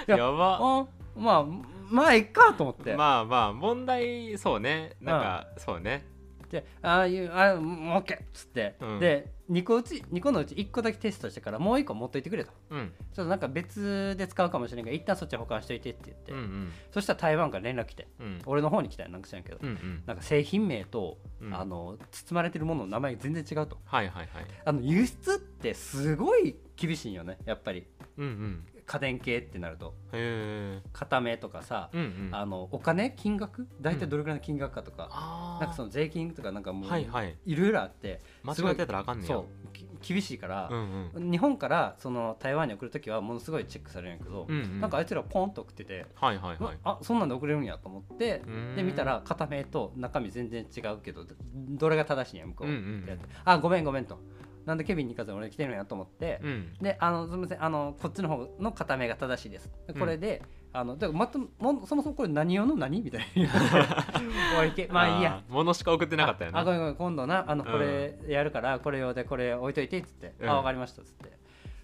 Speaker 1: いや
Speaker 2: やば
Speaker 1: あまあまあいっかと思って、
Speaker 2: まあまあ問題そうねなんかそうね
Speaker 1: でああいうあもう OK っつって、
Speaker 2: うん
Speaker 1: で2個うち二個のうち1個だけテストしてからもう1個持っといてくれとち
Speaker 2: うん
Speaker 1: ょっとなんか別で使うかもしれんから一旦そっち保管しといてって言って、
Speaker 2: うんうん
Speaker 1: そしたら台湾から連絡来て
Speaker 2: うん
Speaker 1: 俺の方に来たよなんか知らんけど、
Speaker 2: うんうん
Speaker 1: なんか製品名と、
Speaker 2: うん
Speaker 1: あの包まれてるものの名前が全然違うと
Speaker 2: はいはいはい
Speaker 1: あの輸出ってすごい厳しいんよねやっぱり
Speaker 2: うんうん
Speaker 1: 家電系ってなると
Speaker 2: へ
Speaker 1: 固めとかさ、
Speaker 2: えうんうん
Speaker 1: あのお金金額大体どれぐらいの金額かとか、
Speaker 2: あ
Speaker 1: なんかその税金とかなんかもう、
Speaker 2: はい
Speaker 1: い
Speaker 2: はい
Speaker 1: ろいろあって
Speaker 2: 間違えてたらあかんねや
Speaker 1: そうき厳しいから
Speaker 2: う、んうん
Speaker 1: 日本からその台湾に送るときはものすごいチェックされるんやけど、
Speaker 2: うんうん
Speaker 1: なんかあいつらポンと送ってて、
Speaker 2: はいはいうは
Speaker 1: わ
Speaker 2: い
Speaker 1: あそんなんで送れるんやと思って
Speaker 2: うーん
Speaker 1: で見たら片目と中身全然違うけどどどれが正しいんや向こう
Speaker 2: うんうん
Speaker 1: ってやってあごめんごめんとなんでケビンに行かず俺来てるんやと思って、
Speaker 2: うん
Speaker 1: であのすみませんあのこっちの方の片目が正しいですでこれで、あのだからまたもそもそもこれ何用の何みたい なおいけまあいいや
Speaker 2: ー物しか送ってなかったよ
Speaker 1: あごめ
Speaker 2: な
Speaker 1: んごめん今度なあのこれやるからこれ用でこれ置いといてっつって、
Speaker 2: うん
Speaker 1: あ分かりましたっつって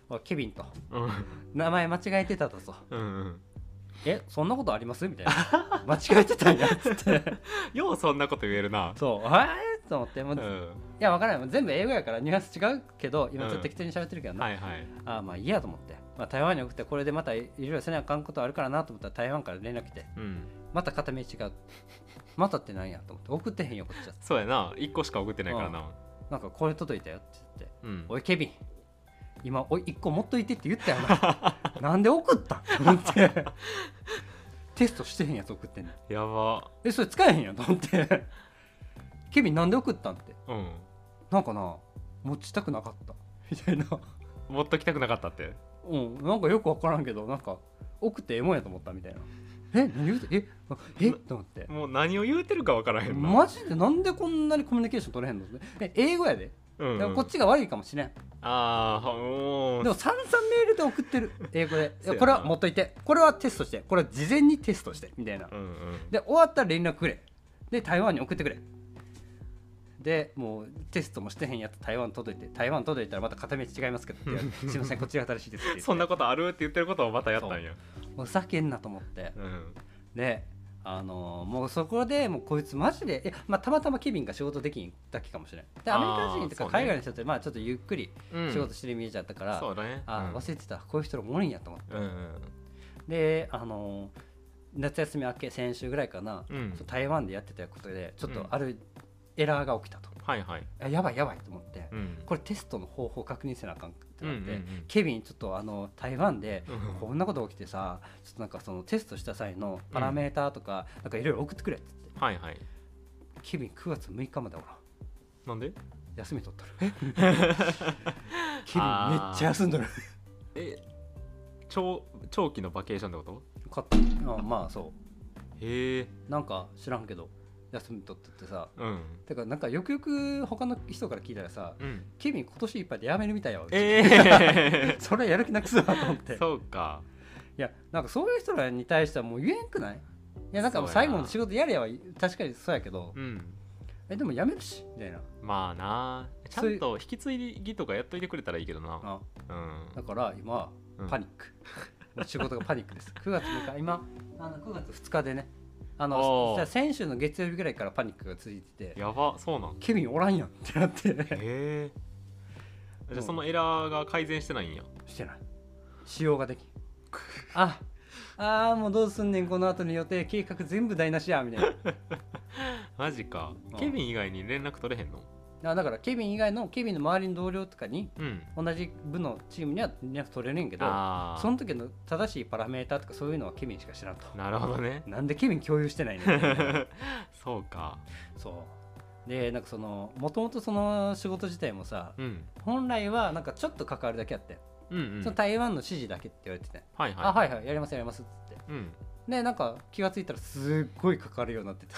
Speaker 1: おいケビンと
Speaker 2: うんうん
Speaker 1: 名前間違えてたとそう
Speaker 2: うん
Speaker 1: えそんなことありますみたいな 間違えてたんやっつって
Speaker 2: ようそんなこと言えるな
Speaker 1: そうえーと思ってもう、
Speaker 2: う
Speaker 1: い
Speaker 2: ん
Speaker 1: や分からない全部英語やからニュアンス違うけど今ちょっと適当に喋ってるけどな、
Speaker 2: はいはい
Speaker 1: ああまあいいやと思って、まあ、台湾に送ってこれでまたいろいろせなあかんことあるからなと思ったら台湾から連絡来て
Speaker 2: うん
Speaker 1: また片目違うまたってなんやと思って送ってへんよこっちは
Speaker 2: そうやな1個しか送ってないからな
Speaker 1: なんかこれ届いたよって言って
Speaker 2: うん
Speaker 1: おいケビン今おい1個持っといてって言ったよ ななんで送ったんと思ってテストしてへんやつ送ってんの
Speaker 2: やば
Speaker 1: えそれ使えへんやんと思ってケビンなんで送ったんって
Speaker 2: うん
Speaker 1: なんかな持ちたくなかったみたいな
Speaker 2: 持っときたくなかったって
Speaker 1: うんなんかよく分からんけどなんか送ってええもんやと思ったみたいなえ何言うてえあえと思って
Speaker 2: もう何を言うてるかわからへんな
Speaker 1: マジでなんでこんなにコミュニケーション取れへんのえ英語やで、
Speaker 2: うん
Speaker 1: だからこっちが悪いかもしれん
Speaker 2: ああもう
Speaker 1: でも散々メールで送ってる英語でいや
Speaker 2: そうやな
Speaker 1: これは持っといてこれはテストしてこれは事前にテストしてみたいな、
Speaker 2: うんうん
Speaker 1: で終わったら連絡くれで台湾に送ってくれでもうテストもしてへんやつ台湾届いて台湾届いたらまた片道違いますけどって言われ てすいませんこっちが新しいですって言って
Speaker 2: そんなことあるって言ってることをまたやったんや
Speaker 1: もうふざけんなと思って
Speaker 2: うん
Speaker 1: であのーもうそこでもうこいつマジでえ、まあ、たまたまケビンが仕事できんだけかもしれないでア
Speaker 2: あー
Speaker 1: メリカ人と
Speaker 2: そ
Speaker 1: か
Speaker 2: う
Speaker 1: 海
Speaker 2: ね
Speaker 1: 外の人ってまあちょっとゆっくり
Speaker 2: うん
Speaker 1: 仕事してるイメージだったから、
Speaker 2: そうだね
Speaker 1: あー忘れてたこういう人らもおるんやと思って
Speaker 2: うんうん
Speaker 1: であのー夏休み明け先週ぐらいかな、
Speaker 2: うん
Speaker 1: そう台湾でやってたことでちょっ
Speaker 2: う
Speaker 1: と
Speaker 2: ん
Speaker 1: あるエラーが起きたと、
Speaker 2: はいはい
Speaker 1: あやばいやばいと思って、
Speaker 2: うん
Speaker 1: これテストの方法確認せなあかんってなって、
Speaker 2: うんうんうん
Speaker 1: ケビンちょっとあの台湾で
Speaker 2: うん
Speaker 1: こんなこと起きてさちょっとなんかそのテストした際のパラメーターとか、なんかいろいろ送ってくれって言って
Speaker 2: はいはい
Speaker 1: ケビン9月6日までおらん
Speaker 2: なんで
Speaker 1: 休み取っとる ケビンめっちゃ休んどる
Speaker 2: え長長期のバケーションってこと
Speaker 1: かったあまあそ
Speaker 2: へえ
Speaker 1: うなんか知らんけど休み取ってってさ
Speaker 2: うん
Speaker 1: てかなんかよくよく他の人から聞いたらさ
Speaker 2: うん
Speaker 1: ケビン今年いっぱいで辞めるみたいよ
Speaker 2: ええ
Speaker 1: それやる気なくすわと思 って
Speaker 2: そうか
Speaker 1: いやなんかそういう人らに対してはもう言えんくないいやなんかもう
Speaker 2: そう
Speaker 1: 最
Speaker 2: やな
Speaker 1: 後の仕事やれやは確かにそうやけど、
Speaker 2: うん
Speaker 1: えでも辞めるしみたいな
Speaker 2: まあなちゃ
Speaker 1: そうんいう
Speaker 2: と引き継ぎとかやっといてくれたらいいけどな
Speaker 1: あ
Speaker 2: うん
Speaker 1: だから今
Speaker 2: うん
Speaker 1: パニック、 もう仕事がパニックです9月6日今あの9月2日でねあ
Speaker 2: お
Speaker 1: の
Speaker 2: ー
Speaker 1: じゃあ先週の月曜日ぐらいからパニックが続いてて
Speaker 2: やばそうなん
Speaker 1: ケビンおらんやんってなって、
Speaker 2: へえじ
Speaker 1: う
Speaker 2: ゃあ
Speaker 1: ん
Speaker 2: そのエラーが改善してないんや
Speaker 1: してない使用ができんああーもうどうすんねんこの後の予定計画全部台無しやみたいな
Speaker 2: マジか
Speaker 1: うん
Speaker 2: ケビン以外に連絡取れへんの
Speaker 1: あだからケビン以外のケビンの周りの同僚とかに
Speaker 2: うん
Speaker 1: 同じ部のチームには連絡取れねんけど
Speaker 2: あ
Speaker 1: そ
Speaker 2: あ
Speaker 1: の時の正しいパラメーターとかそういうのはケビンしか知らんと
Speaker 2: なるほどね
Speaker 1: なんでケビン共有してないねん
Speaker 2: そうか
Speaker 1: そうでなんかそのもともとその仕事自体もさ
Speaker 2: うん
Speaker 1: 本来はなんかちょっと関わるだけやって、
Speaker 2: うんうん
Speaker 1: その台湾の指示だけって言われてて、
Speaker 2: はいはい
Speaker 1: あはいはいやりますやりますっつって
Speaker 2: うん
Speaker 1: でなんか気がついたらすっごい関わるようになってて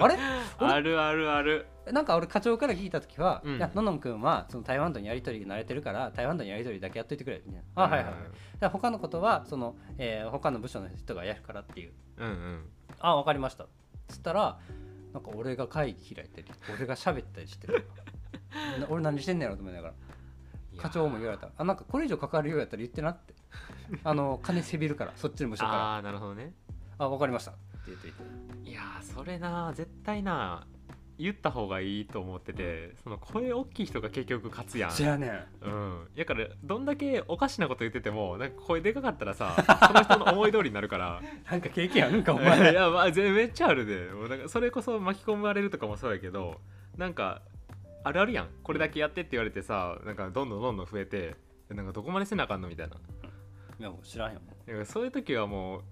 Speaker 1: あれ
Speaker 2: あるあるある
Speaker 1: なんか俺課長から聞いた時は「
Speaker 2: うん
Speaker 1: いやののんくんはその台湾とのやり取り慣れてるから台湾とのやり取りだけやっといてくれ」みたいな「あはいはい」で他のことはその、えー他の部署の人がやるからっていう
Speaker 2: うんうん
Speaker 1: 「あ分かりました」つったらなんか俺が会議開いたり俺が喋ったりしてる な俺何してんねやろと思いながら
Speaker 2: いや
Speaker 1: 課長も言われたあなんかこれ以上関わるようやったら言ってなってあの金せびるからそっちの部署から
Speaker 2: ああなるほどね
Speaker 1: あ分かりましたって言っていて
Speaker 2: いやーそれな絶対な言った方がいいと思ってて、その声大きい人が結局勝つやん
Speaker 1: じゃあねん
Speaker 2: うん、やからどんだけおかしなこと言っててもなんか声でかかったらさその人の思い通りになるから
Speaker 1: なんか経験あるんかお
Speaker 2: い
Speaker 1: 前
Speaker 2: や、まあ、ぜめっちゃあるでもうなんかそれこそ巻き込まれるとかもそうやけどなんかあるあるやんこれだけやってって言われてさなんかどんどんどんどん増えてでなんかどこまでせなあかんのみたいな
Speaker 1: いやもう知らんよ
Speaker 2: だからそういう時はもう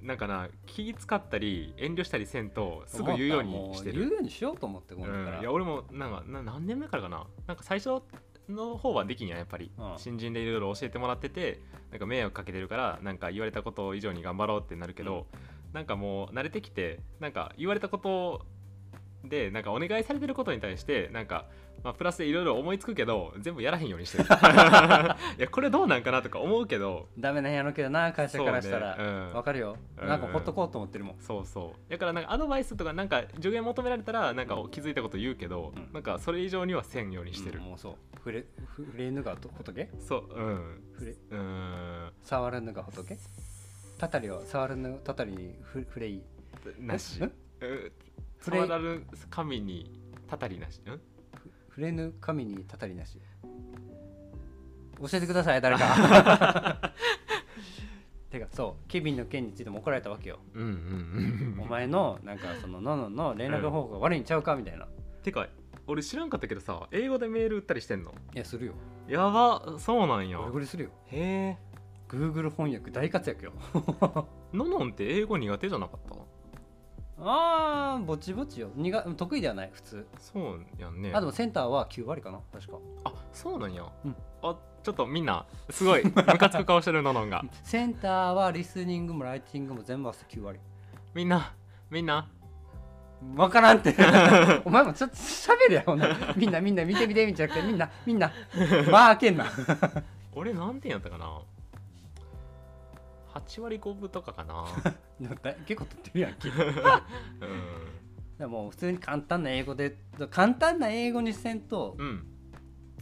Speaker 2: なんかな気使ったり遠慮したりせんとすぐ言うようにし
Speaker 1: も
Speaker 2: て
Speaker 1: う言
Speaker 2: る、
Speaker 1: うようにしようと思ってこ
Speaker 2: う
Speaker 1: れか
Speaker 2: ん、
Speaker 1: ら、
Speaker 2: いや俺もなんかな何年目からかななんか最初の方はできんやんやっぱり、
Speaker 1: うん
Speaker 2: 新人でいろいろ教えてもらっててなんか迷惑かけてるからなんか言われたこと以上に頑張ろうってなるけど、なんかもう慣れてきてなんか言われたことでなんかお願いされてることに対してなんか、まあ、プラスでいろいろ思いつくけど全部やらへんよう にしてるいやこれどうなんかなとか思うけど
Speaker 1: ダメなんやろうけどな会社からした
Speaker 2: そうね
Speaker 1: ら
Speaker 2: うん
Speaker 1: わかるよ
Speaker 2: うん
Speaker 1: なんかほっとこうと思ってるもん
Speaker 2: そうそうだからなんかアドバイスとかなんか助言求められたらなんか気づいたこと言うけど、
Speaker 1: うん
Speaker 2: なんかそれ以上にはせんようにしてる
Speaker 1: うん、もうそう触れ触れぬが仏
Speaker 2: そううん
Speaker 1: 触れ
Speaker 2: うーん
Speaker 1: 触らぬが仏たたりは触らぬたたりにふ触れい
Speaker 2: なし
Speaker 1: ん
Speaker 2: うん
Speaker 1: 触れ
Speaker 2: 触らる神にたたりなしうん
Speaker 1: 触れぬ神にたたりなし教えてください誰か てかそうケビンの件についても怒られたわけよ
Speaker 2: うんうん
Speaker 1: お
Speaker 2: うん
Speaker 1: 前のなんかそのののの連絡方法が悪いんちゃうかみたいな
Speaker 2: てか俺知らんかったけどさ英語でメール打ったりしてんの
Speaker 1: いやするよ
Speaker 2: やばそうなんや
Speaker 1: ゴリゴリするよ
Speaker 2: へえ
Speaker 1: Google 翻訳大活躍よ
Speaker 2: ののんって英語苦手じゃなかった
Speaker 1: あーぼちぼちよ苦得意ではない普通
Speaker 2: そうやんね
Speaker 1: あでもセンターは9割かな確か
Speaker 2: あそうなんや、
Speaker 1: うん
Speaker 2: あちょっとみんなすごいムカつく顔してるののんが
Speaker 1: センターはリスニングもライティングも全部合わせて9割
Speaker 2: みんなみんな
Speaker 1: 分からんって お前もちょっと喋るやほんならみんなみんな見て見てみたいなくてみんなみんなまあけんな
Speaker 2: 俺何点やったかな8割5分とか かな
Speaker 1: だ結構取ってるやんけ
Speaker 2: う
Speaker 1: でも普通に簡単な英語で簡単な英語にせんと
Speaker 2: ん、うん、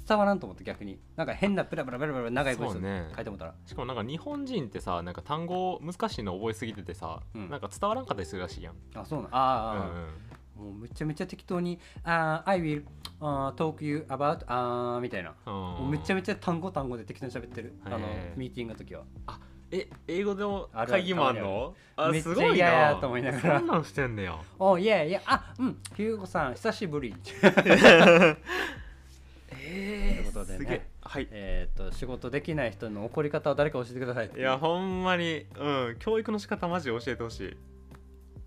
Speaker 1: 伝わらんと思って逆になんか変なプラプラプラプラ長い文章
Speaker 2: そうね
Speaker 1: 書いてもらったら
Speaker 2: しかもなんか日本人ってさなんか単語難しいの覚えすぎててさ、
Speaker 1: うん
Speaker 2: なんか伝わらんかったりするらしいやん、
Speaker 1: あそうなん
Speaker 2: う
Speaker 1: あーあー、
Speaker 2: ん
Speaker 1: もうめちゃめちゃ適当に「あー I will、uh, talk you about、あーみたいな、
Speaker 2: うん
Speaker 1: もうめちゃめちゃ単語単語で適当に喋ってるあの
Speaker 2: へー
Speaker 1: ミーティングの時は
Speaker 2: え英語の
Speaker 1: あるある
Speaker 2: 会議もあんのあ
Speaker 1: めっちゃ
Speaker 2: すごいな
Speaker 1: 嫌やと思いながら
Speaker 2: そんなんしてんねや
Speaker 1: 「おいやいやあうんひゅうこさん久しぶり」
Speaker 2: え
Speaker 1: ということでね
Speaker 2: すげえはい
Speaker 1: えーっと仕事できない人の怒り方を誰か教えてくださいって
Speaker 2: いやほんまにうん教育の仕方マジで教えてほしい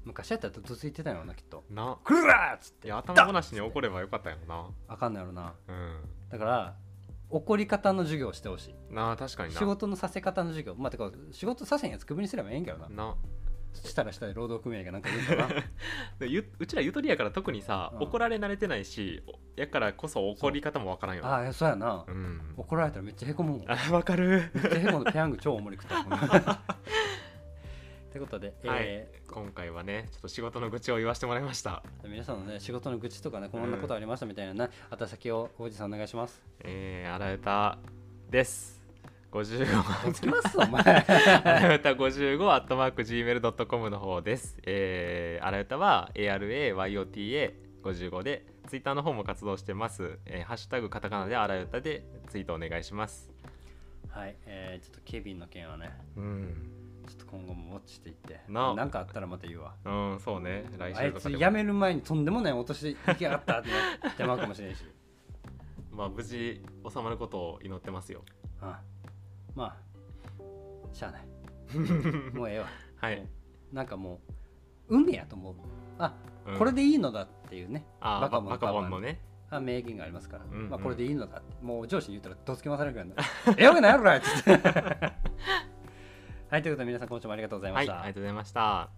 Speaker 1: 昔やったらずっとついてたよなきっと
Speaker 2: な
Speaker 1: 「くら!」っつって
Speaker 2: いや頭ごなしに怒ればよかったよな
Speaker 1: あかんのやろな
Speaker 2: うん
Speaker 1: だから怒り方の授業をしてほしい
Speaker 2: なあ確かにな
Speaker 1: 仕事のさせ方の授業まあてか仕事させんやつクビにすればええんけどな
Speaker 2: な
Speaker 1: したらしたで労働組合がなんか言うん だな
Speaker 2: でゆうちらゆとりやから特にさ、
Speaker 1: うん
Speaker 2: 怒られ慣れてないしおやからこそ怒り方もわからんよ
Speaker 1: あ
Speaker 2: な
Speaker 1: あそうやな
Speaker 2: うん
Speaker 1: 怒られたらめっちゃへこむもん
Speaker 2: あわかる
Speaker 1: めっちゃヘコのペヤング超大盛り食ったもん。ということで、
Speaker 2: はい
Speaker 1: え
Speaker 2: 今回はねちょっと仕事の愚痴を言わせてもらいました
Speaker 1: ー皆さんのね仕事の愚痴とかねこんなことありましたみたいなね、宛先をおじさんお願いします。
Speaker 2: えー、荒歌です55
Speaker 1: どつきますお前。
Speaker 2: 荒歌55アットマーク Gmail.com の方です。えー、荒歌は ARAYOTA55 で、ツイッターの方も活動してます。えー、ハッシュタグカタカナで荒歌でツイートお願いします。
Speaker 1: はい、えー、ちょっとケビンの件はね
Speaker 2: うん。
Speaker 1: ちょっと今後もウォッチしていって
Speaker 2: なあ
Speaker 1: なんかあったらまた言うわ。
Speaker 2: うん、そうね。来
Speaker 1: あ
Speaker 2: 週
Speaker 1: い
Speaker 2: と
Speaker 1: つ
Speaker 2: かで
Speaker 1: 辞
Speaker 2: も。
Speaker 1: める前にとんでもない落とし行きやがったってなってまうかもしれないし。
Speaker 2: まあ、無事収まることを祈ってますよ。
Speaker 1: うんまあしゃあ ない。もうええわ。
Speaker 2: はい。
Speaker 1: なんかもう運命やと思う。あ、
Speaker 2: うん
Speaker 1: これでいいのだっていうね。
Speaker 2: あーバ
Speaker 1: バカボ
Speaker 2: カ
Speaker 1: ン
Speaker 2: バカボンのね。
Speaker 1: あ名言がありますから、
Speaker 2: うんうん
Speaker 1: まあ、これでいいのだってもう上司に言ったらどつき回されるからなええわけないやろなっつって はいということで皆さん今週もありがとうございま
Speaker 2: は
Speaker 1: し
Speaker 2: い、
Speaker 1: た、
Speaker 2: ありがとうございました。